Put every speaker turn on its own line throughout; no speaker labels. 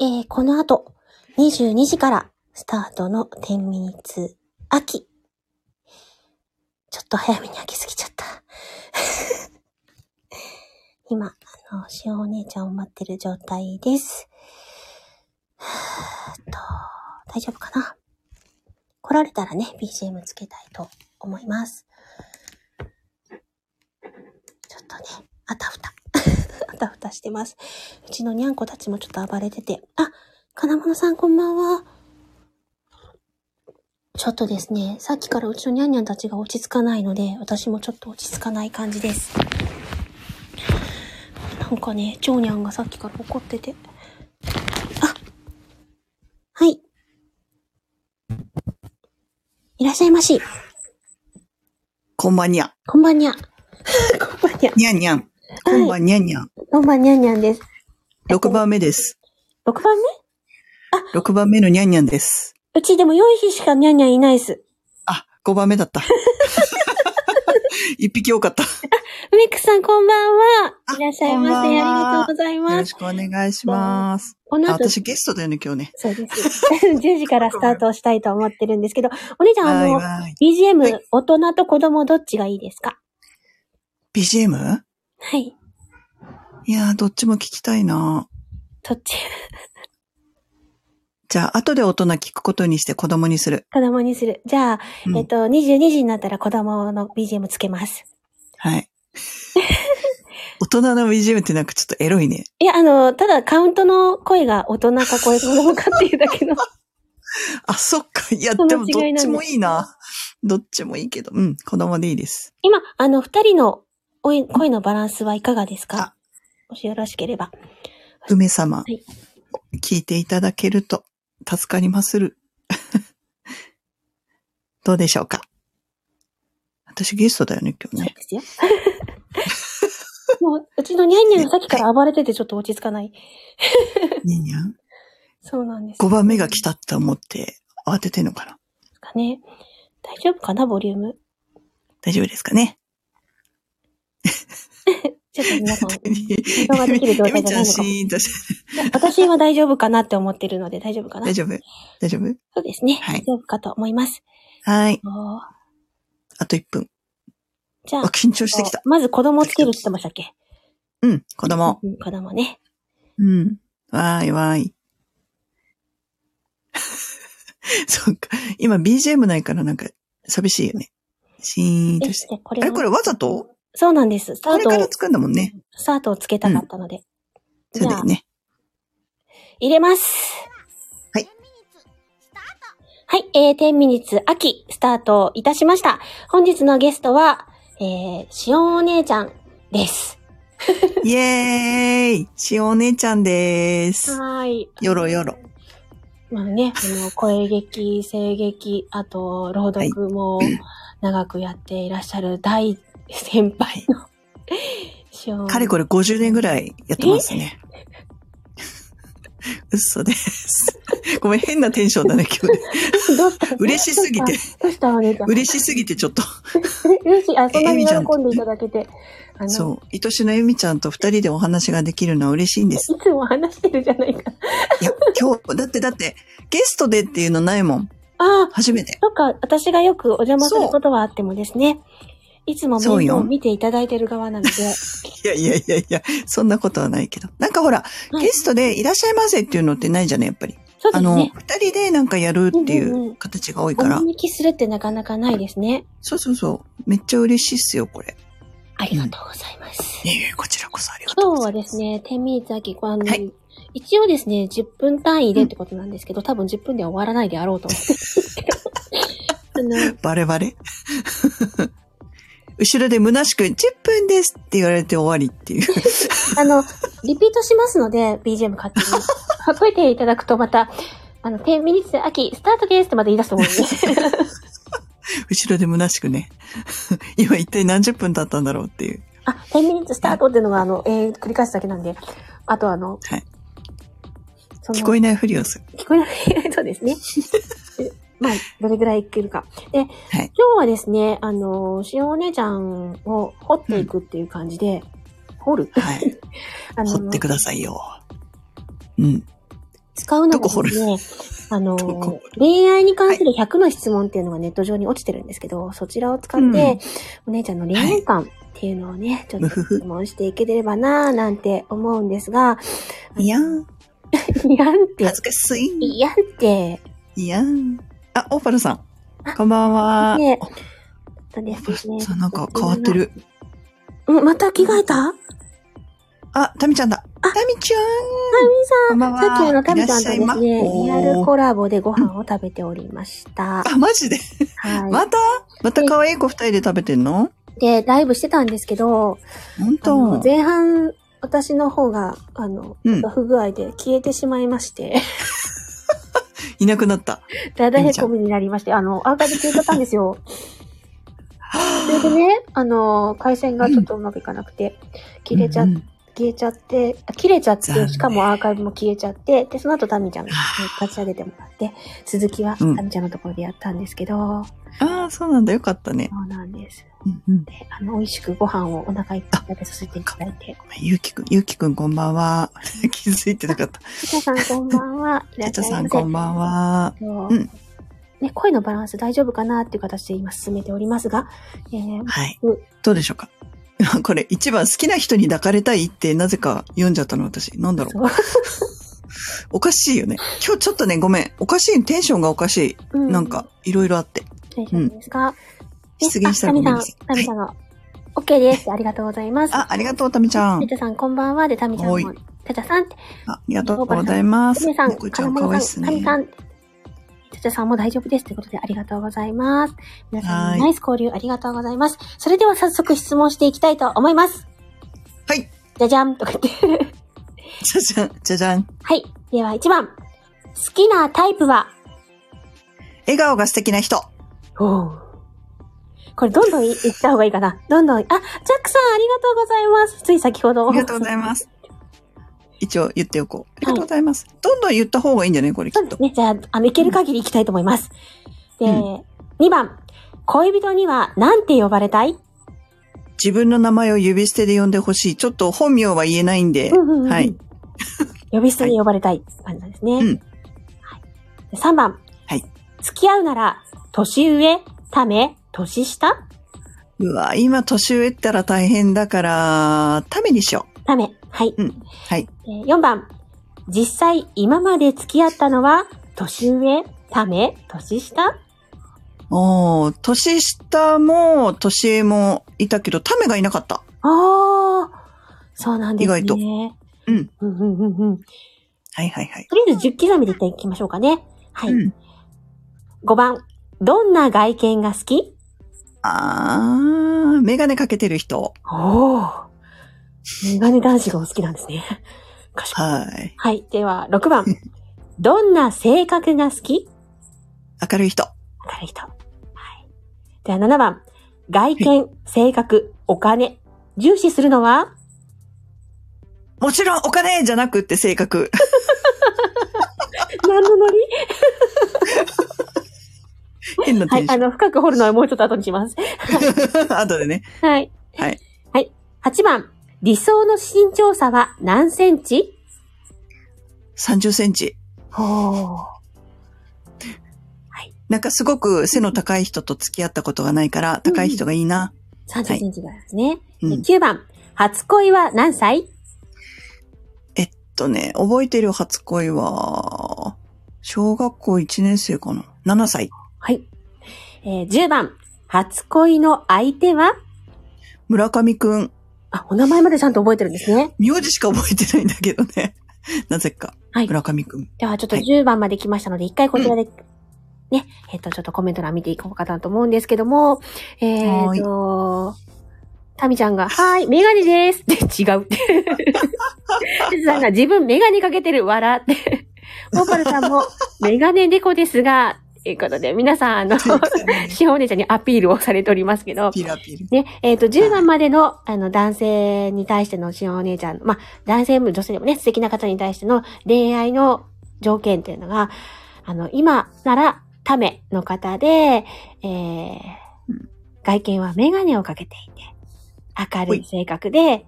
えー、この後、22時からスタートの10ミニッツ秋。ちょっと早めに開けすぎちゃった。 今、あの、しおお姉ちゃんを待ってる状態です。はーっと、大丈夫かな来られたらね、BGM つけたいと思います。ちょっとね、あたふた。あたふたしてます。うちのにゃんこたちもちょっと暴れてて。あ、金物さんこんばんは。ちょっとですね、さっきからうちのにゃんにゃんたちが落ち着かないので、私もちょっと落ち着かない感じです。なんかね、ちょうにゃんがさっきから怒ってて。あはい。いらっしゃいまし。
こんばんにゃ。
こんばんにゃ。 こんばんにゃ。
にゃんにゃん。こんばんにゃんにゃん。
こんばんにゃんにゃんです。
6番目です。
6番目
6番目のにゃんにゃんです。
うちでも4匹しかにゃんにゃんいないです。
あ、5番目だった。一匹多かった。
ウミックさんこんばんは。
あ
いらっしゃいませ。
こんばんは
ありがとうござい
よ
ま
ろ
す
し。くお願いします。
こ
あ、
の後、
私ゲストだよね、今日ね。
そうです。10時 からスタートしたいと思ってるんですけど、お姉ちゃん、
は
あ
い
の、
はい。
BGM、
はい
大人と子供どっちがいいですか
BGM?
はい。
いやー、どっちも聞きたいな
どっち
じゃあ、後で大人聞くことにして子供にする。
子供にする。じゃあ、
うん
えっと、22時になったら子供の BGM つけます。
はい。大人の BGM ってなんかちょっとエロいね。
いや、あの、ただカウントの声が大人か声子供かっていうだ けの。
あ、そっか。いや、
その
でもどっ
違いなんです
ちもいいな。どっちもいいけど。うん、子供でいいです。
今、あの、二人のおい声のバランスはいかがですかもしよろしければ。
梅様、
い
聞いていただけると助かりまする。 どうでしょうか私ゲストだよね、今
そ
日
う
ね。
ですよ。 もう、うちのニャンニャンがさっきから暴れててちょっと落ち着かない。
にゃんにゃん。
そうなんです。
5番目が来たって思って慌ててんのかな
かね。大丈夫かな、ボリュー ム。
大丈夫ですかね
ちょっと皆さん、
エミ
ができる状態じゃないのかも
ちゃんシーンとして。
私は大丈夫かなって思ってるので大丈夫かな
大丈夫大丈夫
そうですね。
はい
大丈夫かと思います。
はい。
おー
あと1分。
じゃ
あ、
あ、
緊張してきた。
まず子供つけるって言ってましたっけ
うん、子供。
うん子供ね。
うん。わーいわーい。 そっか。今 BGM ないからなんか寂しいよね。シーン
え、
とし
じ
て。
ゃあこ
あ
れ
れ
を
これわざと
そうなんです。スタ
こ
ー
れ
ト
から
を、
作るんだもんね。
スタートをつけたかったので。
そうだよね。
入れます。
はい。
はい、えー、10ミニッツ秋、スタートいたしました。本日のゲストは、えー、しおんお姉ちゃんです。
イエーイしお姉ちゃんでーす。
はーい。
よろよろ。
まあね、あの、声劇、声劇、あと、朗読も長くやっていらっしゃる大先輩の、しおん
かれこれ50年ぐらいやってま すね。嘘です。ごめん、変なテンションだね、今日ね。
どうした
嬉しすぎて。、
どうしたお姉ちゃん。
嬉しすぎてちょっと。
嬉しい。あ、そんな
ええ
に
み
喜
ちゃん
んでいただけて。あの、
そう。愛しのえみちゃんと二人でお話ができるのは嬉しいんです。
いつも話してるじゃないか。
いや、今日、だってだって、ゲストでっていうのないもん。
ああ、
初めて。
そっか、私がよくお邪魔することはあってもですね、いつもメ
そう
ニュー
よ
を見ていただいてる側なので、
いやいやいやいや、そんなことはないけど。なんかほら、
はい
ゲストでいらっしゃいませっていうのってないじゃない、やっぱり。
そうで
あ
す
の、二
ね。
人でなんかやるってい
んうんう
うんう形が多い
お
から。
見に来するってなかなかないですね。
そうそうそう。めっちゃ嬉しいっすよ、これ。
ありがとうございます。
いやいやこちらこそありがとう
今日はい
ござ
で
ますす。
ね、天秤崎、あの、
はい
一応ですね、10分単位でってことなんですけど、多分10分では終わらないであろうと思って。 あの、
バレバレ。 後ろで虚しく、10分ですって言われて終わりっていう。
あの、リピートしますので、BGM 勝手に。かっこいていただくとまた、あの、10ミニッツ秋、スタートですってまた言い出すと思うんで。
後ろで虚しくね。今一体何十分経ったんだろうっていう。
あ、10ミニッツスタートっていうのが、あの、えー、繰り返すだけなんで、あとあの、
はい
その
聞こえないふりをする。
聞こえない。そうです ね。えまあ、どれぐらいいけるか。で、今日はですね、あの、しおお姉ちゃんを掘っていくっていう感じで、掘る
はい。
あの
掘ってくださいよ。うん。
使うの
どこ
が
掘る
ですね、あの
どこ掘る、
恋愛に関する100の質問っていうのがネット上に落ちてるんですけど、そちらを使って、
うん
お姉ちゃんの恋愛観っていうのをね、ちょっ
む
と
ふふ
質問していければなぁなんて思うんですが、
いやん。
いやんって
恥、ずかしい。
いやんって、
いやん。あ、オーパルさん。こんばんは。
ね
オ
そうで
ーパル
すね。
さんなんか変わってる。
うん、また着替えたあ、
あ、タミちゃんだ。タミちゃん。こんばんは。
さっきあの、タミちゃんとです
いらっ
ね
しゃい、ま
リアルコラボでご飯を食べておりました。
あ、マジで。
は
またまた可愛い子二人で食べてんの
い。で、ライブしてたんですけど、
本
あの
当
前半、私の方が、あの、
うん
不具合で消えてしまいまして、
いなくなった。
だだへこみになりまして、あの、アーカイブ消えちゃったんですよ。それでね、あの、回線がちょっとうまくいかなくて、切れちゃっ
うんうん
消えちゃって、あ切れちゃって、
残念
しかもアーカイブも消えちゃって、で、その後タミちゃんに
は
立ち上げてもらって、続きはタ
うん
ミちゃんのところでやったんですけど、
ああ、そうなんだ。よかったね。
そうなんです。
うんうん。
で、あの、美味しくご飯をお腹いっぱい食べさせていただいて、
ゆうきくん、ゆうきくんこんばんは。 気づいてなかった。
ちゃさんこんばんは。いらっ
ちゃ
し
ち
ゃ
ゃ
いませ
さんこんばん。は。
そう
うん
ね、声のバランス大丈夫かなっていう形で今進めておりますが、えー、
はい
うん。
どうでしょうか これ、一番好きな人に抱かれたいってなぜか読んじゃったの私。なんだろう。
そう
おかしいよね。今日ちょっとね、ごめん。おかしい。テンションがおかし
う
い。なんか、いろいろあって。
大丈夫ですか、
失言したら
あ
ごめん
タ
な
ミさ
さい
ん、タミさんが、OK です。ありがとうございます。
あ、ありがとう、たみちゃん
タ。チャさん、こんばんは。で、タミちゃんも
はい、
タチャさんって、
あありがとうございます。
タミさん、
猫ち
カ
ゃ
ラ
ん、かわ
マ
いいっ
リ
す
さん、タミ
ね。
さん、タチャさんも大丈夫です。ということで、ありがとうございます。皆さ
は
ん、
い
ナイス交流ありがとうございます。それでは早速質問していきたいと思います。
はい。
じゃじゃんとか言って。
じゃじゃん、じゃじゃん。
はい。では、1番。好きなタイプは
笑顔が素敵な人。
おうこれ、どんどんいいった方がいいかな。どんどん、あ、ジャックさん、ありがとうございます。つい先ほど。
ありがとうございます。一応言っておこう。ありがとうございます。どんどん言った方がいいんじゃないこれき
そう
っ
で
と
す。ね。じゃあ、あの、いける限り行きたいと思います。で、
うん
2番。恋人には何て呼ばれたい
自分の名前を指捨てで呼んでほしい。ちょっと本名は言えないんで。
うんうんうんうん
はい。
呼び捨てに呼ばれたいって感じなんですね。
うん
はい、3番。
はい
付き合うなら、年上、ため、年下
うわ、今年上ったら大変だから、ためにしよ
ため。はい、
うんはい
えー4番。実際、今まで付き合ったのは、年上、ため、年下
う。おー、年下も年上もいたけど、ためがいなかった。
あー、そうなんですね。
意外とうん。
うんうんうんうん。
はいはいはい。
とりあえず10刻みでいっていきましょうかね。はい。
うん。
5番。どんな外見が好き
あー、メガネかけてる人。
おお。メガネ男子がお好きなんです ね。賢い。
はい。
はい。では、6番。 どんな性格が好き
明るい人。
明るい人。はい。では、7番。外見、性格、お金。重視するのは
もちろんお金じゃなくって性格。
何のノリ
変な
は
テ
い
ン。シ
あ
ョン。
の、深く掘るのはもうちょっと後にします。
後でね。
はい。
はい。
はい。8番。理想の身長差は何センチ
30センチ。
おー。
なんかすごく背の高い人と付き合ったことがないから、
うん
高い人がいいな。
30センチぐらいですね。
うん
で9番、初恋は何歳
えっとね、覚えてる初恋は、小学校1年生かな。7歳。
はい。えー10番、初恋の相手は
村上くん。
あ、お名前までちゃんと覚えてるんですね。
名字しか覚えてないんだけどね。 なぜか。
はい
村 上くん。
ではちょっと
はい
10番まで来ましたので、一回こちらで、ね、えっ、と、ちょっとコメント欄見ていこうかなと思うんですけども、え
は
ー、
ーい
と、タミちゃんが、はーい、メガネです。 で、違 う。てつさんが、自分メガネかけてる、笑 って。モーパルさんも、メガネ猫ですが、ということで、皆さん、あの、 しほお姉ちゃんにアピールをされておりますけど、
ピラピラ。
ね、えっ、と、10番までの、あの、男性に対してのしほお姉ちゃん、まあ、男性も女性でもね、素敵な方に対しての恋愛の条件っていうのが、あの、今なら、ための方で、えー
うん
外見はメガネをかけていて、明
ほ
るい
い
性格で、え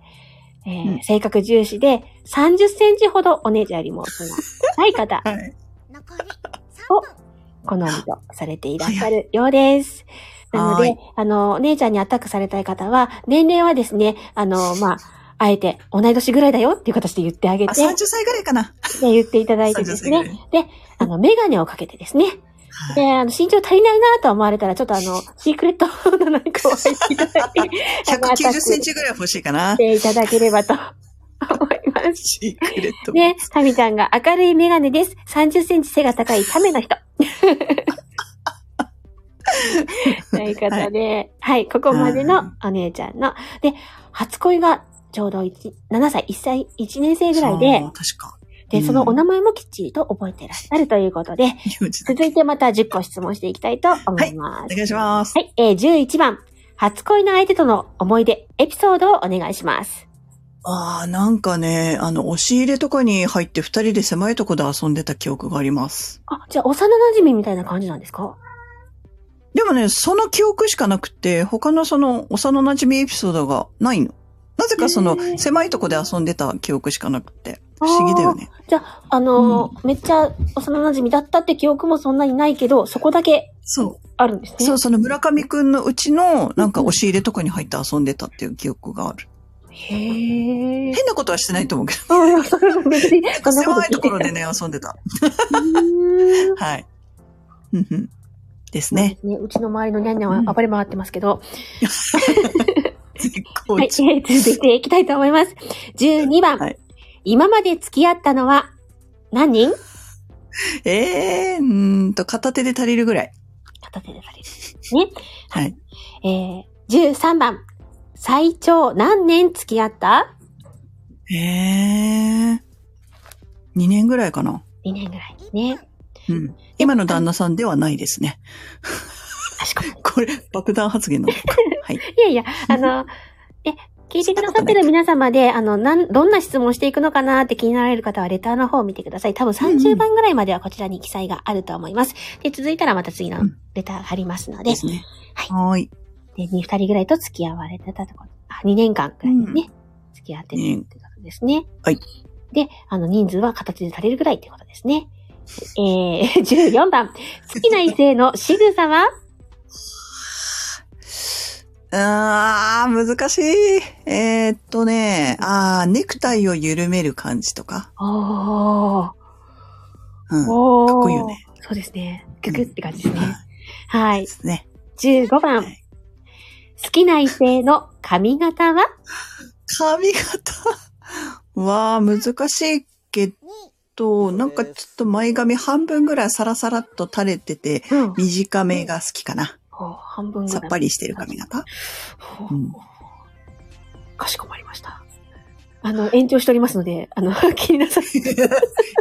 ー
うん、
性格重視で、30センチほどお姉ちゃんよりも大きな、ない方
はい。
残り3
お
分。
好みとされていらっしゃるようです。なの
は
で
い、
あの、お姉ちゃんにアタックされたい方は、年齢はですね、あの、まあ、あえて、同い年ぐらいだよっていう形で言ってあげ
あ、
て、
30歳ぐらいかな。
で言っていただいて
30
です
歳ぐら
ね、
い。
あ の、メガネをかけてですね、
はい
で、あの、身長足りないなと思われたら、ちょっとあ の、シークレットの何かを入っていただいて、あのアタッ
190
ク
センチぐらい欲しいかな
し。ていただければと思います。
シークレット。
ね、タミちゃんが明るいメガネです。30センチ背が高いタメの 人。ということで、はい、ここまでのお姉ちゃんの。で、初恋がちょうど1 7歳、1歳、1年生ぐらいで
そう、確か。
で、
うん
そのお名前もきっちりと覚えてらっしゃるということで、
幼児だ
続いてまた10個質問していきたいと思います。
お願いします。
はい、えー、11番。初恋の相手との思い出、エピソードをお願いします。
ああ、なんかね、あの、押し入れとかに入って二人で狭いとこで遊んでた記憶があります。
あ、じゃあ、幼馴染みみたいな感じなんですか
でもね、その記憶しかなくて、他のその幼馴染エピソードがないの。なぜかそ
へー
の狭いとこで遊んでた記憶しかなくて、不思議だよね。
じゃあ、あのーめっちゃ幼馴染だったって記憶もそんなにないけど、そこだけ
そ
あるんですね。
う。そう、その村上くんのうちの、なんか押し入れとかに入って遊んでたっていう記憶がある。
へえ。
変なことはしてないと思うけど、
それは別に、そんなこと
狭い
聞
と
いてな
ころ
い。
でね、遊んでた。
うーん
はい。うんうんですね。
ね、うちの周りのニャンニャンは暴れ回ってますけど。
絶好
はい、え
調。
ー続いていきたいと思います。12番。
はい
今まで付き合ったのは何人
ええー、うーんと、片手で足りるぐらい。
片手でされる。ね。
はい。
えー、13番。最長何年付き合った
ええー。2年ぐらいかな。
?2 年ぐらいです
1
ね
分。。
うん。今の旦那さんではないですね。
確かに。
これ、爆弾発言なのか。はい。
いやいや、あの、え、聞いてくださってる皆様で、あの、なん、どんな質問していくのかなって気になられる方は、レターの方を見てください。多分
うんう
30
ん
番ぐらいまではこちらに記載があると思います。で、続いたらまた次の
うん
レターがありますので、
ですね。
は
はーい。
で、2、2人ぐらいと付き合われてたところ、あ、2年間くらいですね。付き合ってるってことですね。
はい。
で、あの、人数は形で足りるぐらいってことですね。えー、14番。好きな異性の仕草は
あー、難しい。えー、っとね、あー、ネクタイを緩める感じとか。
おー。
うん。かっ
おー。
こいいよね。
そうですね。ググって感じです
は
ね。
い
はい
で。すね。
15番。
はい
好きな異性の髪型は
髪型 は難しいけど、なんかちょっと前髪半分ぐらいサラサラっと垂れてて、
うん。
短めが好きかな。
お半分ぐら
さ
い。
っぱりしてる髪型。
ほ
うん
うかしこまりました。あの、延長しておりますので、あの、 気にな さい。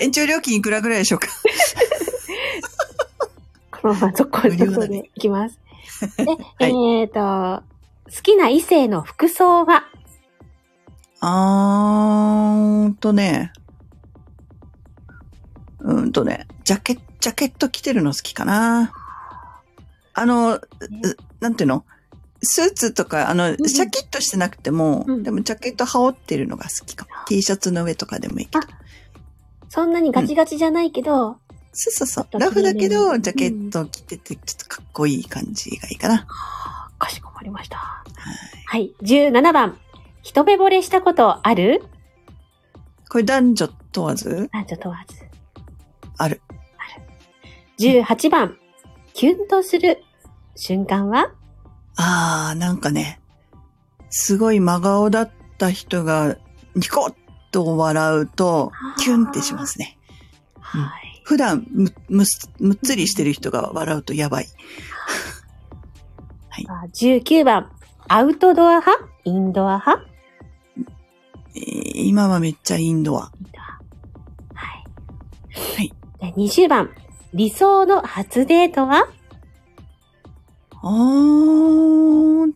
延長料金いくらぐらいでしょうか
このまま続行、
無料だね
続行でいき ます。で、
い
えっ、と、好きな異性の服装は
あーんとね。うーんとね。ジャケット、ジャケット着てるの好きかな。あの、うなんていうのスーツとか、あの、
ん
シャキッとしてなくても、
うん
でもジャケット羽織ってるのが好きかも。T シャツの上とかでもいいけど。
そんなにガチガチじゃないけど、
そうそうそ
ちょ
う。
っと
ラフだけ
う
ど、
ん
ジャケット着てて、ちょっとかっこいい感じがいいかな。
かしこまりました。はい。17番。一目惚れしたことある
これ男女問わず
男女問わず。
ある。
18番。キュンとする瞬間は
あー、なんかね、すごい真顔だった人が、ニコッと笑うと
あ、ー
キュンってしますね。
はい。
普段む、むす、むっつりしてる人が笑うとやばい。
あ19番。アウトドア派インドア派
えー今はめっちゃインドア。
インドア派。はい。
は
で。
い
20番。理想の初デートは
あー、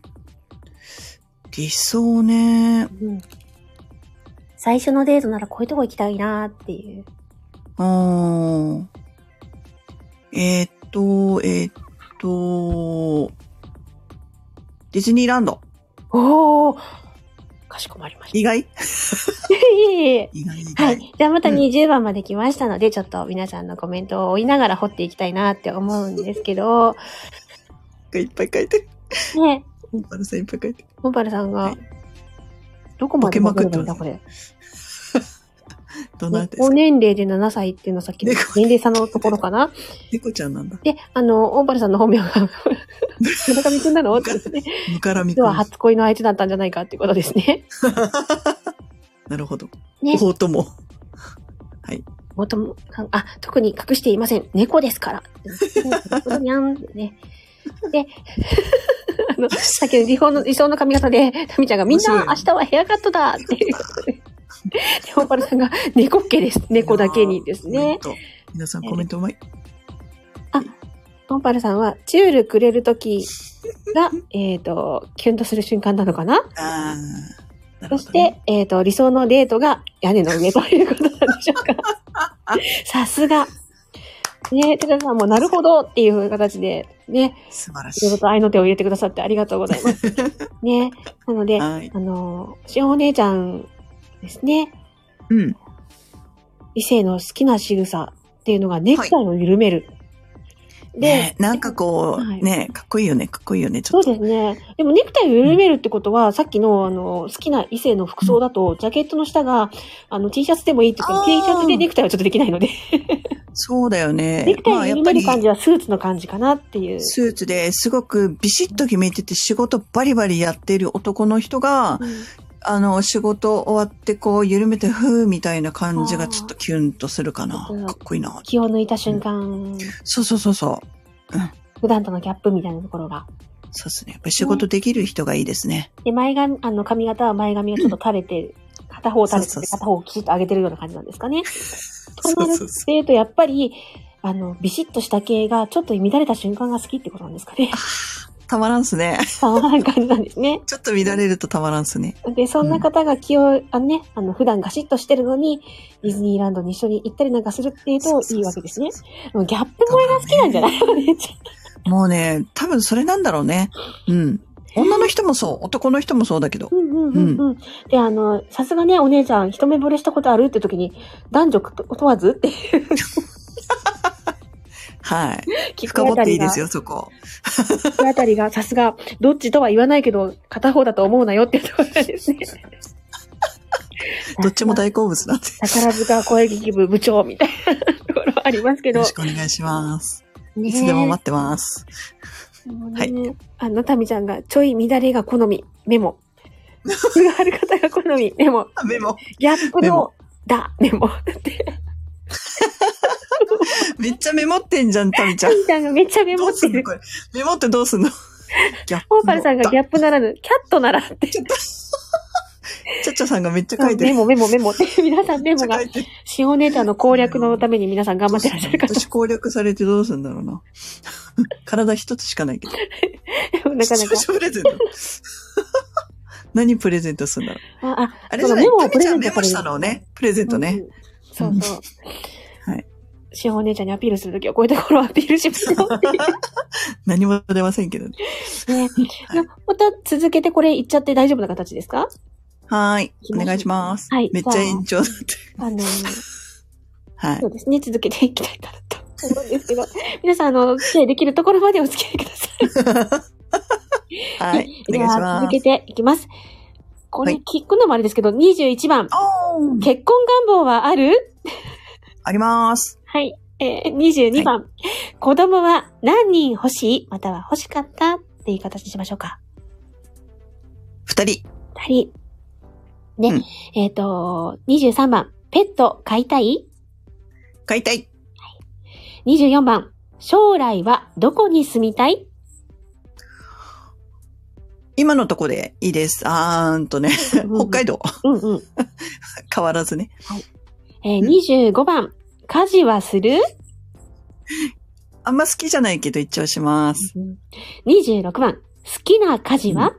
理想ね。
うん。最初のデートならこういうとこ行きたいなーっていう。
あーえーっと、えーっと、ディズニーランド。
おー。かしこまりました。
意外
いえいえ。
意外意外。
はい。じゃあまた
うん
20番まで来ましたので、ちょっと皆さんのコメントを追いながら掘っていきたいなって思うんですけど、
いっぱい書いてる。
ね、
本原さんいっぱい書いてる。
モンパルさん
は
が
い、
どこまで
ボケまくって
るんだ、
ます
これ。
どなたです
お
か
年齢で7歳っていうのはさっきの
猫
年齢差のところかな。
猫ちゃんなんだ。
で、あの、オンパルさんの本名が、 村上くんなのって言ってね、
ぬからみく
実
ん
は。初恋の相手だったんじゃないかっていうことですね。
なるほど。
ね
おうとも。
もとも、あ、特に隠していません。猫ですから。にゃんってね。で、あの、さっきの理想の、理想の髪型で、タミちゃんがみんな明日はヘアカットだっていう。で、ホンパルさんが猫っ毛です。猫だけにです
コメン
ね。
ト。皆さんコメントうまい。
ホンパルさんは、チュールくれるときが、えっと、キュンとする瞬間なのかな
ああ。なる
そ
ほ
し
どね
て、えっ、と、理想のデートが屋根の上ということなんでしょうか。 さすが。ねえ、てかさんもなるほどっていう形で、ね、
素晴らし
いろいろ
い。
と愛の手を入れてくださってありがとうござい ます。ねなので、あ
はい。
の、しお姉ちゃんですね、
うん。
異性の好きな仕草っていうのがネクタイを緩める。
ね、なんかこ、
はいう
ね、かっこいいよね、かっこいいよね、ち
そ
ょっ
う
と。
ですね。でもネクタイを緩めるってことは、さっきの、あの、好きな異性の服装だと、ジャケットの下が、あの、T シャツでもいいって言っ
あー
て、T シャツでネクタイはちょっとできないので、
そうだよね。
ネクタイ
ま
を
あやっ
緩
ぱ
め
り
る感じはスーツの感じかなっていう。
スーツですごくビシッと決めてて仕事バリバリやってる男の人が、
うん
あの、仕事終わってこう緩めて、ふーみたいな感じ
あ
が
ー
ちょっとキュンとするかな。
うん
かっこいいな。
気を抜いた瞬間、
そうそうそうそう。
普段とのギャップみたいなところが。
そうですね。やっぱり仕事できる人がいいですね。
で、前髪、あの、髪型は前髪がちょっと垂れて、片方垂れて
そうそ
て、
うそう
片方きちっと上げてるような感じなんですかね。と
そう
なる
そうそ
と、やっぱり、あの、ビシッとした系が、ちょっと乱れた瞬間が好きってことなんですかね。
う。たまらんっすね。
そんな感じなんですね。
ちょっと乱れるとたまらんっすね。
で、そんな方が気を、あのね、あの、普段ガシッとしてるのに、ディズニーランドに一緒に行ったりなんかするっていうといいわけですね。もうギャップ萌えが好きなんじゃないお姉ち
もうね、多分それなんだろうね。うん。女の人もそう、男の人もそうだけど
ゃん。。うんうんうんうん。で、あの、さすがね、お姉ちゃん、一目惚れしたことあるって時に、男女問わずって
はい。
聞
深
く
掘
あた
ってい
り
いで
が
す、よ、そこ。
聞くあたりが、さすが、どっちとは言わないけど、片方だと思うなよっていうところなんです ね。
どっちも大好物 なんで。
宝塚声劇部部長みたいなところありますけ
よ
ど
ろし。くお願いします。
ね
いつでも待ってます。
もう
は
ね、
い
あの、タミちゃんが、ちょい乱れが好み、メモ。服がある方が好 み、メモ。
メモ。
ギャップ
メモ
の、だ、メモ。だって、
めっちゃメモってんじゃん、タミちゃ
タ
ん。
ミちゃんがめっちゃメ
ど
モ
う
って
すんの
る。
これ。メモってどうすんのギャッ プ
オ
の。
ーパルさんがギャップならぬ、キャットならって。
ちゃっちゃさんがめっちゃ書いて
メ
る。
モ、メモ、 メモって。皆さんメモが
めっちゃ書、いてる。
しお姉ちゃんの攻略のために皆さん頑張ってらっしゃるから、
私攻略されてどうすんだろうな。 体一つしかないけど。
なかな
視聴者プレゼント。何プレゼントするんだろう。
か。あ、あ、
あれじゃないタミちゃんメモしたのをね、プレゼント
う
ね。
んうん。そう そう。
はい。
しお姉ちゃんにアピールするときは、こういうところをアピールしましょう っていう
何も出ませんけどね。
ね。
はい
また続けてこれ言っちゃって大丈夫な形ですか
はーい。お願いします。
はい
めっちゃ延長だって。
あの、
はい
そ。うですね。続けていきたいかなと思うんです けど、皆さん、あの、お付き合いできるところまでお付き合いください。
はい。お
で
願いし
は、
ま
続け
す。
ていきます。これ
はい
聞くのもあれですけど、21番。
おー
結婚願望はある
あります。
はい。えー、22番、子供は何人欲しいまたは欲しかったっていう形にしましょうか。
二人。
二人。ね。
うん
えっ、と、23番、ペット飼いたい
飼いたい。
24番、将来はどこに住みた い
今のとこでいいです。あーんとね。北海道。
うんうん。
変わらずね。
えー25番、家事はする
あんま好きじゃないけど一応します。
?26 番、好きな家事は、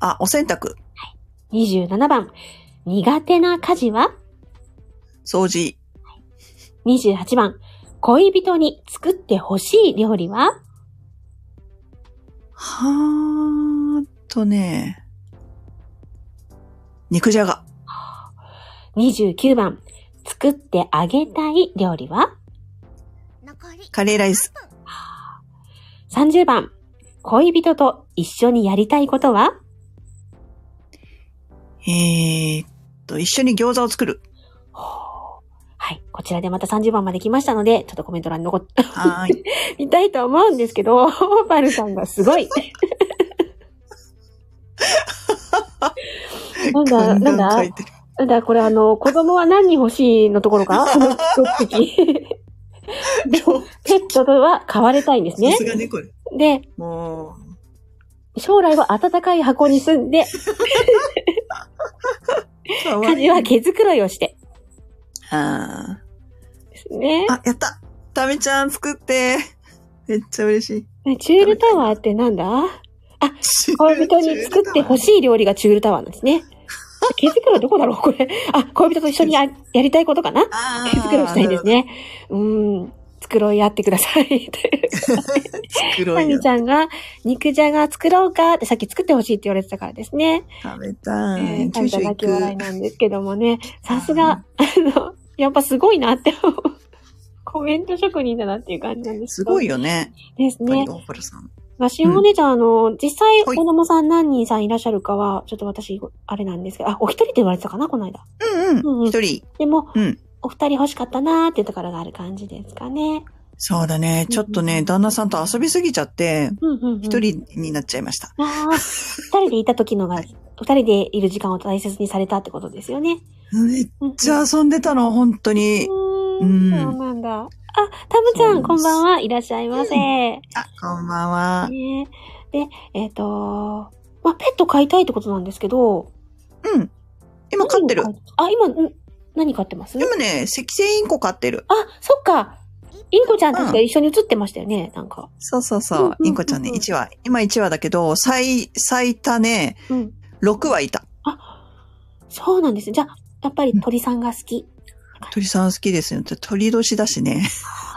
あ、お洗濯。
?27 番、苦手な家事は
掃除。
?28 番、恋人に作ってほしい料理は
はーっとね。肉じゃが。
29番、作ってあげたい料理は
カレーライス。
?30 番、恋人と一緒にやりたいことは
えーっと、一緒に餃子を作る。
はい。こちらでまた30番まで来ましたので、ちょっとコメント欄に残っ
はーい。
見たいと思うんですけど、オ ーパルさんがすごい。なんだ、
ガン
な
ガン
ん
書
だ
い、てる。
なんだ、これあの、子供は何人欲しいのところ かこの6匹。でペットとは飼われたいんです
さ
ね
す。がね、これ。
で、
も
将来は暖かい箱に住んで、
う、かわ
家
い
事
い。
は毛づくろいをして。
あ
ですね
ー。あ、やったタメちゃん作って。めっちゃ嬉しい。
チュールタワーってなんだ恋人に作ってほ
い。
しい料理がチュールタワーなんですね。毛づくろいどこだろうこれ。あ、恋人と一緒にややりたいことかな
あ
手作ろいしたいんです。ね。うーん。作ろいやってください。
黒
タ
い
ミ
よ
ち。ゃんが、肉じゃが作ろうかってさっき作ってほしいって言われてたからですね。
食べた
え
い。
ー食べただけ笑いなんですけどもね。さす
うん
が、あの、やっぱすごいなって思う。 コメント職人だなっていう感じなんです
すごい
い
よね。
です
やっぱ
ね
り。オーパルさん。
まあ、しおねちゃん、あの、実際、
は
子
い
供さん何人さんいらっしゃるかは、ちょっと私、あれなんですけど、あ、お一人って言われてたかなこの間。
う
うん
ん
う
うんん。一人。
でも、
うん
お二人欲しかったなーっていうところがある感じですかね。
そうだね。ちょっとね、旦那さんと遊びすぎちゃって、
うんうん、うん。
一人になっちゃいました。
ああ、二人でいた時のが、二人でいる時間を大切にされたってことですよね。
めっ
うんうん
ちゃ遊んでたの、本当に。
うー、
うんん
そうなんだ。あ、タムちゃん、
そうなん
こ
で
ん
す
ばんは。いらっしゃいませ。
う
ね
あ、こんばんは。
で、えっ、と、まあ、ペット飼いたいってことなんですけど。
うん。今飼ってる
何。をあ、今、ん何飼ってます
今ね、赤線インコ飼ってる。
あ、そっか。インコちゃんたちが一緒に写ってましたよね、なんか。
そうそう
うんう
そ
ん
う
う。ん
インコちゃんね、1羽。今1羽だけど、最、最多ね、
うん。
6羽いた。
そうなんです。じゃあ、やっぱり鳥さんが好き。
鳥さん好きですよ。鳥年だしね。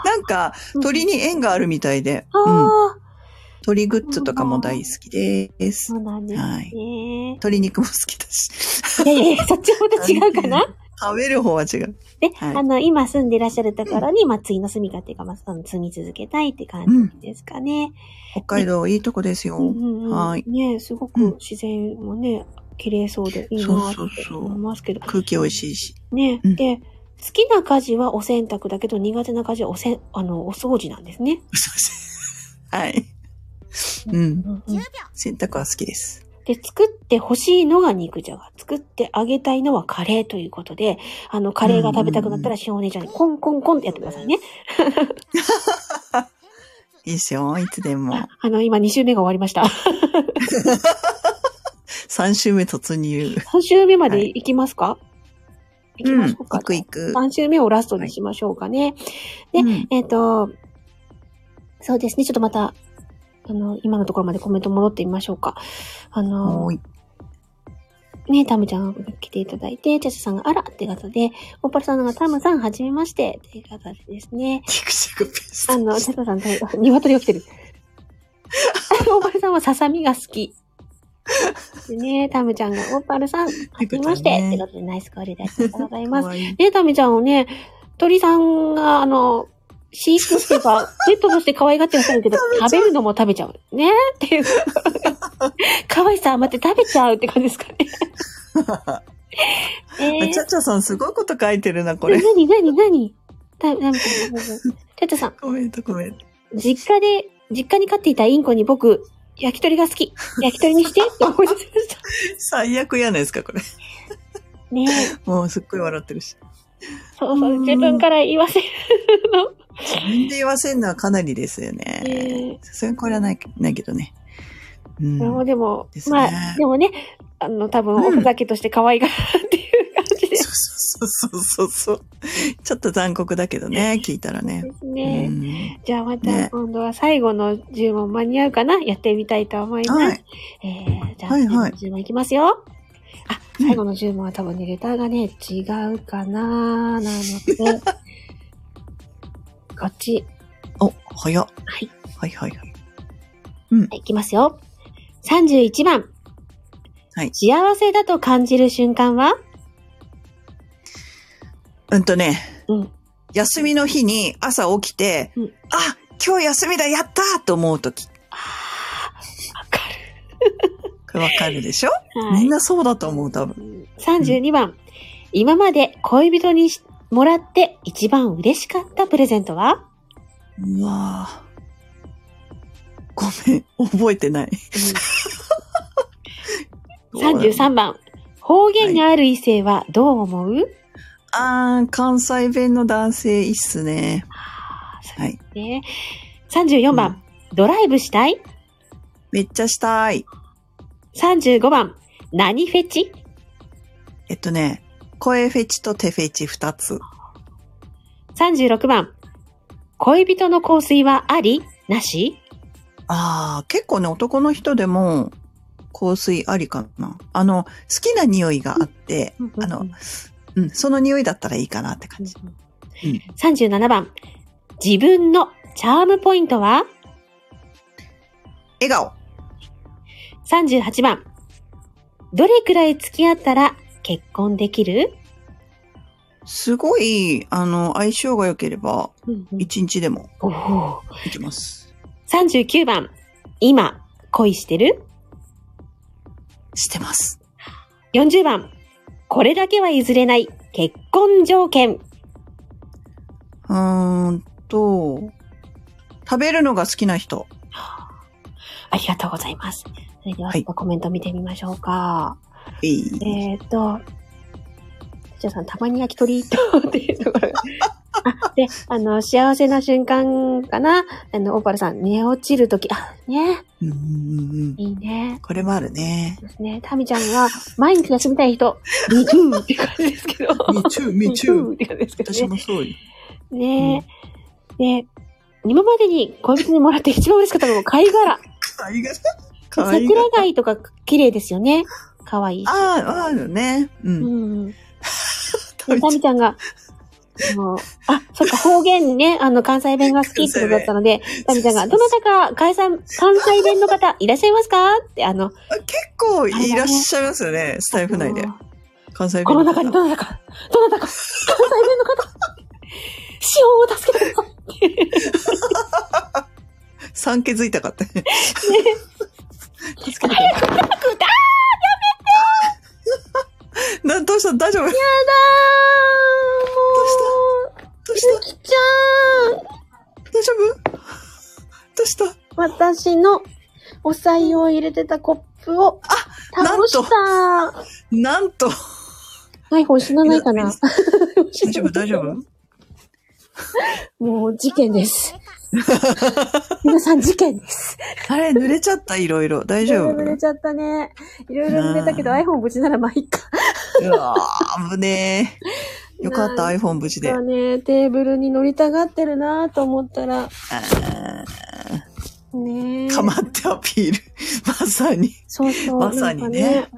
なんか、鳥に縁があるみたいで。
ああ
うん。
ー、
鳥グッズとかも大好きです
そ。うなんですね。
はい
い
鶏肉も好きだし。
やいやいや、そっちま た違うかな
食べる方は違う。
で、
はい
あの、今住んでいらっしゃるところに、まあ、次の住みかっていうか、まあ、あの住み続けたいって感じですかね。
北海道いいとこですよ。
うんうんうん
はい
ねすご
う
く自然もね、綺麗そうでいいなって
そうそうそう
思いますけど。
空気美味しいし。
ね、
うん
で、好きな家事はお洗濯だけど、苦手な家事はおせん、あの、お掃除なんですね。
はい。うん。
うんうん
洗濯は好きです。
で、作って欲しいのが肉じゃが。作ってあげたいのはカレーということで、あの、カレーが食べたくなったら、しお姉ちゃんにコンコンコンってやってくださいね。
いいですよ。いつでも
あ。あの、今2週目が終わりました。
3週目突入。
3週目ま
は
で
い
行きますか、行き
うん。
ましょうか。
行く行く。
3週目をラストにしましょうかね。で
うん
えっ、と、そうですね。ちょっとまた、あの、今のところまでコメント戻ってみましょうか。あの、
おーい。
ね、タムちゃんが来ていただいて、チャチャさんがあらって方で、オッパルさんがタムさんはじめましてっていう方でですね。
肉じゃがペース
あの、 チャチャさん大、鶏が来てる。 オッパルさんはささみが好き。でね、タムちゃんが、オッパル さん、はじめまして、ってことで、ナイスコールでありがとうございます
か。わいい
ねえ、タミちゃんをね、鳥さんが、あの、飼育していう か、ペットとして可愛がってらっしゃるけど、食べるのも食べちゃう。ね っていう。可愛さ待って食べちゃうって感じですかね。え
あ
ー、
ちゃちゃさんすごいこと書いてるな、こ
な
れ。
になになにタミちゃん、ちょっとさん、
コメントコメント。
実家で、実家に飼っていたインコに僕、焼き鳥が好き。焼き鳥にしてって思い出しました。
最悪やないですか、これ。
ねえ、
もうすっごい笑ってるし。
そうそうう、
ん
自分から言わせるの。
自分で言わせるのはかなりですよ
え
ね。さすがにこれはないないけどね。う
これも
ん。
でも、
ですね
まあ、でもね、あの、多分、
うん
おふざけとして可愛がらっていう感じで
そうそうそうそうそう。ちょっと残酷だけどね、聞いたらね。
すね。
うん
じゃあまた
ね
今度は最後の10問間に合うかなやってみたいと思います。
はい。
えー、じゃあ
はい
最後の
はい
10問いきますよ。あ、
うん
最後の10問は多分ね、レターがね、違うかななの で、こっち、
お、早っ。
はい。
はいはいはい。
いきますよ。31番。
はい
幸せだと感じる瞬間は
うんとね、
うん
休みの日に朝起きて、
うん
あ、今日休みだ、やったーと思うとき。
わか
これわかるでしょ、
る。は
み
い
ん。なそうだと思う、多分。
32番、今まで恋人にしもらって一番嬉しかったプレゼント は
うわぁ。ごめん、覚えてない。
33番、方言がある異性はどう思う、
あー、関西弁の男性いいっすね。はい。
ね、34番、ドライブしたい
めっちゃしたい。
35番、何フェチ
えっとね、声フェチと手フェチ二つ。
?36 番、恋人の香水はありなし
あー、結構ね、男の人でも、香水ありかな。あの、好きな匂いがあって、あの、うん、その匂いだったらいいかなって感じ。うん
37番、自分のチャームポイントは
笑顔。
38番。どれくらい付き合ったら結婚できる、
すごい、あの、相性が良ければ、一日でも
おお
いけます。
?39 番。今、恋してる
してます。
?40 番。これだけは譲れない結婚条件。
うーんと、食べるのが好きな人。
ありがとうございます。それでは
は
ちょっ
い
とコメント見てみましょうか。
えい
えーっと、じゃさん、たまに焼き鳥と、っていうところ が。あ、で、あの、幸せな瞬間かなあの、オーパルさん、寝落ちるとき、あ、ね、
うんうんうん。
いいね。
これもあるね。
ですね。タミちゃんは、毎日休みたい人、ミトゥーって感じですけど。
me too,
ミ
me too.
って感じですけど
私
ね。
もそうよ。
ねえ。で、今までに恋人にもらって一番嬉しかったのが 貝殻。
貝殻貝殻
桜貝とか綺麗ですよね。可愛いし。
ああ、あるね。う。
うんん。で
食べち
タ
ゃう
ミちゃんが、あのあ、そっか、方言ね、あの、関西弁が好きってことだったので、タミちゃんが、どなたか関西、関西弁の方、いらっしゃいますかって、あの、
あ結構いらっしゃいますよね。スタイフ内で。関西弁
この中に
方
どなたか、どなたか、関西弁の方、シオンを助けてください。
産気づいたか った。助けて
くだ
な、どうした大丈夫どうし
やだーもう
たどうした
ゆきちゃん
大丈夫どうした
私のおさゆを入れてたコップを、
あなん
倒
と
した
なんと
ナイフを死なないかな
大丈夫大丈夫
もう事件です。皆さん事件です。
あれ、濡れちゃった、いろいろ。大丈夫
濡れちゃったね。いろいろ濡れたけど iPhone 無事ならまあいいか。
うわー、危ねえ。よかった、
な
iPhone 無事で
だ。ね、テーブルに乗りたがってるなと思ったら、ねえ
かまってアピール。 まさに。
そうそう。
まさにね
なんか。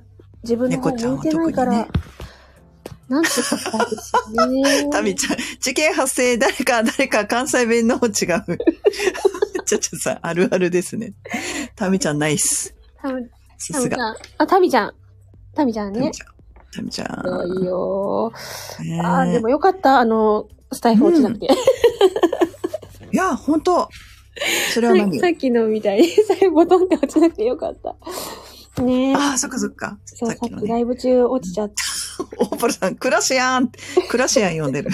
自分の方
猫ちゃん
向い
は
てないから
特にね、。
なんてことですよね
タミちゃん、事件発生、誰か、誰か、関西弁の方違う。ち ゃちゃさん、あるあるですね。タミちゃん、ナイス。
タミ
さす
タミち
が。
ゃん。あ、タミちゃん。タミちゃん
タ
ね
ミ。ちゃん。タミちゃ
そ
ん。
ういいよ
ねえ
ー。あー、でもよかった。あの、スタイフ落ちなくて。
いや、本当それは何
さっきのみたいに、最後ボトンって落ちなくてよかった。ねえ。
ああ、そっかそっか。
そ
さ
う、
っ
さっ
きの
きラ
ね。
イブ中落ちちゃった。
オーパルさん、クラシアンクラシアン呼んでる。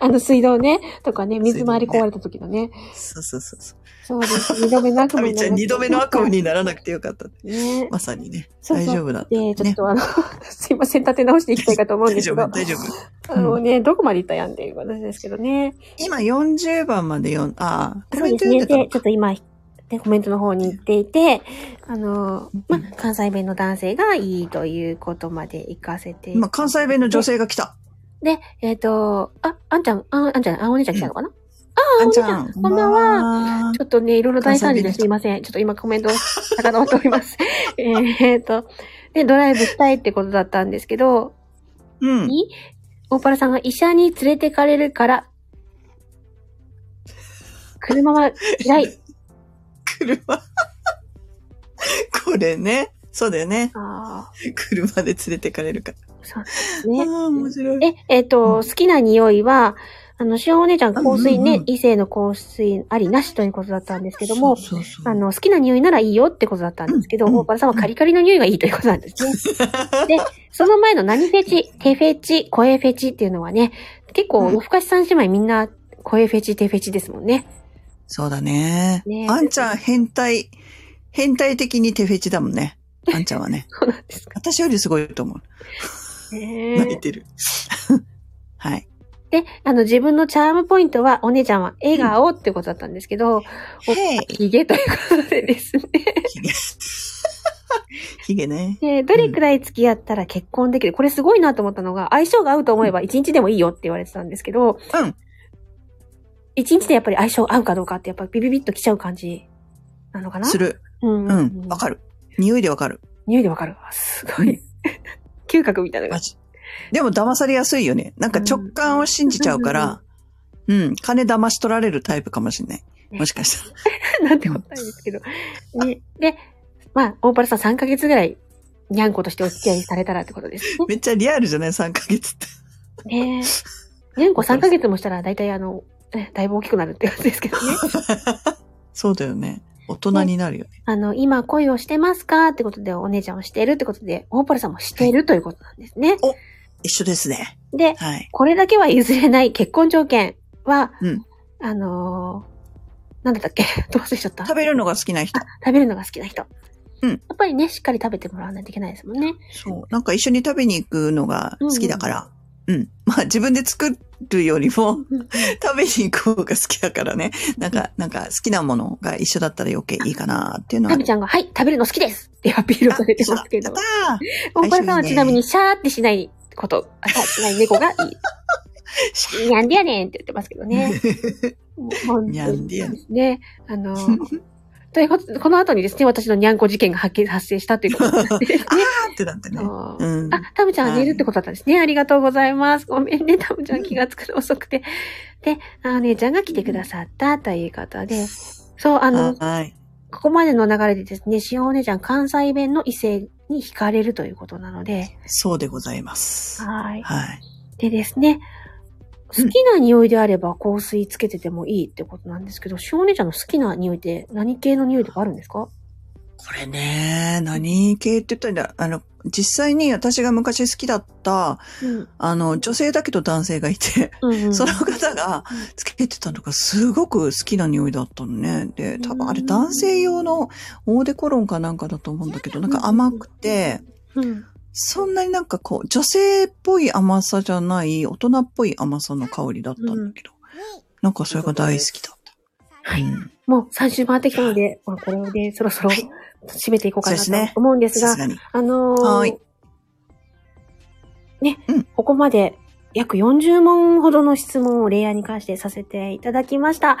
あの、水道ね、とかね、水回り壊れた時のね。
そうそうそうそう。
そうです。二度目の悪
タ
夢
ミ
にな
ちゃ
ら
ん、
なくて
二度目の悪夢にならなくてよかった。
ね
まさにね。
そうそう
大丈夫だった。
で、
ね
ちょっとあの、 すいません、立て直していきたいかと思うんで
大
す
丈
けど
夫、、大丈夫。
あのね、どこまで行ったやんっていう話ですけどね。
今40番まで読ん、ああ、コ
そう
メン
です
ト読ん
ね。
でた
で、
の
ちょっと今、ね、コメントの方に行っていて、あの、ま
う、
関西弁の男性がいいということまで行かせて。
今、関西弁の女性が来た。
で、えっ、と、あ、あんちゃん、ああんちゃん、あ、お姉ちゃん来たのかな、
あんち
あ
ゃ
お姉
ん。
ちゃんこんばん
は
ちょっとね、いろいろ大惨事で
関西弁の
す
人
いません。ちょっと今コメントを遡っており ます。えっと、で、ドライブしたいってことだったんですけど、
うん。
に、大原さんが医者に連れてかれるから、車は嫌い。
車。これね。そうだよね。
ああ、
車で連れてかれるか
そうです
ら。
ね。
ああ、面白い。
え、えっ、と、
うん
好きな匂いは、あの、しおお姉ちゃん香水ね、
うんうんうん
異性の香水ありなしということだったんですけども、
そうそうそう
あの、好きな匂いならいいよってことだったんですけど、
うん
大原さんはカリカリの匂いがいいということなん ですね。で、その前の何フェチ、手フェチ、声フェチっていうのはね、結構、
うん
夜更かし三姉妹みんな、声フェチ、手フェチですもんね。
そうだね。
ね。
あんちゃん変態、変態的に手フェチだもんね。あんちゃんはね
そうなんですか
私よりすごいと思う。
ね
泣い。てる。 はい。
で、あの、自分のチャームポイントは、お姉ちゃんは笑顔ってことだったんですけど、
へい。
ヒゲということでですね。
ひげ。ひげね。
で、どれくらい付き合ったら結婚できる、これすごいなと思ったのが、相性が合うと思えば1日でもいいよって言われてたんですけど、
うん。
1日でやっぱり相性合うかどうかってやっぱりビビビッと来ちゃう感じなのかな
する。
うん
う。ん。わかる。匂いでわかる。
匂いでわかる。あすごい。 嗅覚みたいなのが
マ。ジ。でも騙されやすいよね。なんか直感を信じちゃうから、うん。金騙し取られるタイプかもしれない。もしかしたら。
なんてことないんですけど。ね、で、まあ、大原さん3ヶ月ぐらい、にゃんことしてお付き合いされたらってことですね。
めっちゃリアルじゃない ?3 ヶ月って。
ねにゃんこ3ヶ月もしたら大体あの、えだいぶ大きくなるって感じですけどね。
そうだよね。大人になるよね。
あの、今恋をしてますかってことで、お姉ちゃんをしてるってことで、大原さんもしてるということなんですね。
一緒ですね。
で、
はい。
これだけは譲れない結婚条件は、
うん
あのー、なんだったっけ どう忘れちゃった
食べるのが好きな人
あ。、食べるのが好きな人。
うん
やっぱりね、しっかり食べてもらわないといけないですもんね。
そう。なんか一緒に食べに行くのが好きだから。うん、まあ自分で作るよりも
うん
食べに行く方が好きだからね。なんか、なんか好きなものが一緒だったら余計いいかなっていうのは
タ。ビちゃんが、はい、食べるの好きですっていうアピールをされてますけど
あ。そうだやったー
大原さんは
相性いいね
ちなみに、シャーってしないこと、あし ない猫がい
シ
い。なんでやねんって言ってますけど ね。
にゃんでやねん
ですね。あの ー、ということで、この後にですね、私のにゃんこ事件が発見発生したということなんです ね。
ャーってなってね。
あ
う
ー
ん。
あ、タムちゃんは寝るってことだったんですね。ありがとうございます。ごめんね、タムちゃん気がつくの遅くて。で、あお姉ちゃんが来てくださったということで、そう、あの、
はい。
ここまでの流れでですね、しおお姉ちゃん関西弁の異性に惹かれるということなので、
そうでございます。
はい。
はい。
でですね、好
うん
きな匂いであれば香水つけててもいいってことなんですけど、しおお姉ちゃんの好きな匂いって何系の匂いとかあるんですか
これね、何系って言ったらいいんだあの、実際に私が昔好きだった、
うん。
あの、女性だけど男性がいて、
うん、うん。
その方がつけてたのがすごく好きな匂いだったのね。で、多分あれ男性用のオーデコロンかなんかだと思うんだけど、なんか甘くて、
うん。
そんなになんかこう、女性っぽい甘さじゃない、大人っぽい甘さの香りだったんだけど、なんかそれが大好きだった。うん。
もう3週回ってきたので、まあ、これでそろそろ
はい
締めていこうかな
そう
と
ですね
思うんです
さ
が、
すがに。
あのー
はい
ね、
うん
ここまで約40問ほどの質問をレアに関してさせていただきました。あ、あ、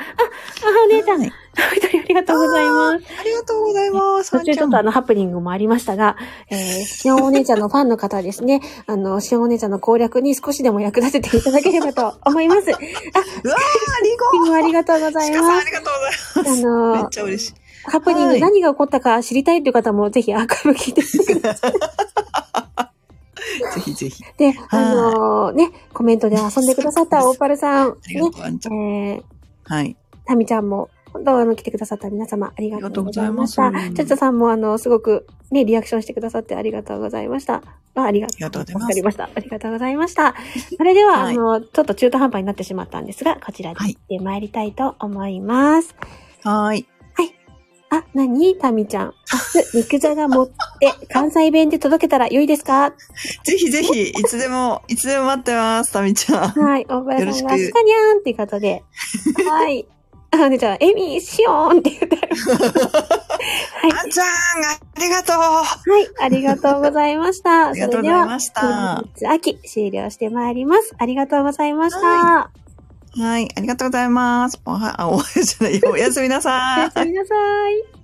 お姉ちゃん、
はい
お一人ありがとうございます。
ありがとうございます。
途中ちょっと
あ
あのハプニングもありましたが、え ー、しおんお姉ちゃんのファンの方ですね、あの、しおんお姉ちゃんの攻略に少しでも役立てていただければと思い ます。あ、
うわー、リ
ピン
ゴ
もありがとうござい
鹿さん
ま
あ
す。
りがとう
あ
ございます。
の
め
ー
っちゃ嬉しい。
ハプニン
は
グ
い
何が起こったか知りたいという方もぜひアーカイブ聞いてみてください。
ぜひぜひ。あ
で、あのーね、コメントで遊んでくださった大パルさん、
り
ね
が、とう、あんち
え
ゃん。
ー、
はい。
タミちゃんも、本当あの、来てくださった皆様、ありがとうございました。
ありがとうございます
ちゃちゃさんも、あの、すごく、ね、リアクションしてくださってありがとうございました。あありが
ありがとうござい
わ
ま
か
す
り。ました。ありがとうございました。それでは、
はい
あの、ちょっと中途半端になってしまったんですが、こちらで
はい
行ってまいりたいと思います。
はーい。
あ、なにタミちゃん。明日、肉じゃが持って、関西弁で届けたら良いですか
ぜひぜひ、いつでも、いつでも待ってます、タミちゃん。
はい。大原さんが、
よろしく
シカニャーンっていう方で。はい。あのね、じゃあ、エミ、シオーンって言ってある。はい。
あんちゃん、ありがとう。
はい。ありがとうございました。
ありがとうございまし
それでは、
た
本。日秋、終了してまいります。ありがとうございました。
ははい、ありがとうございます。おは、あ、おはようじゃないよ。おやすみなさ
お
ーい
や。すみなさい。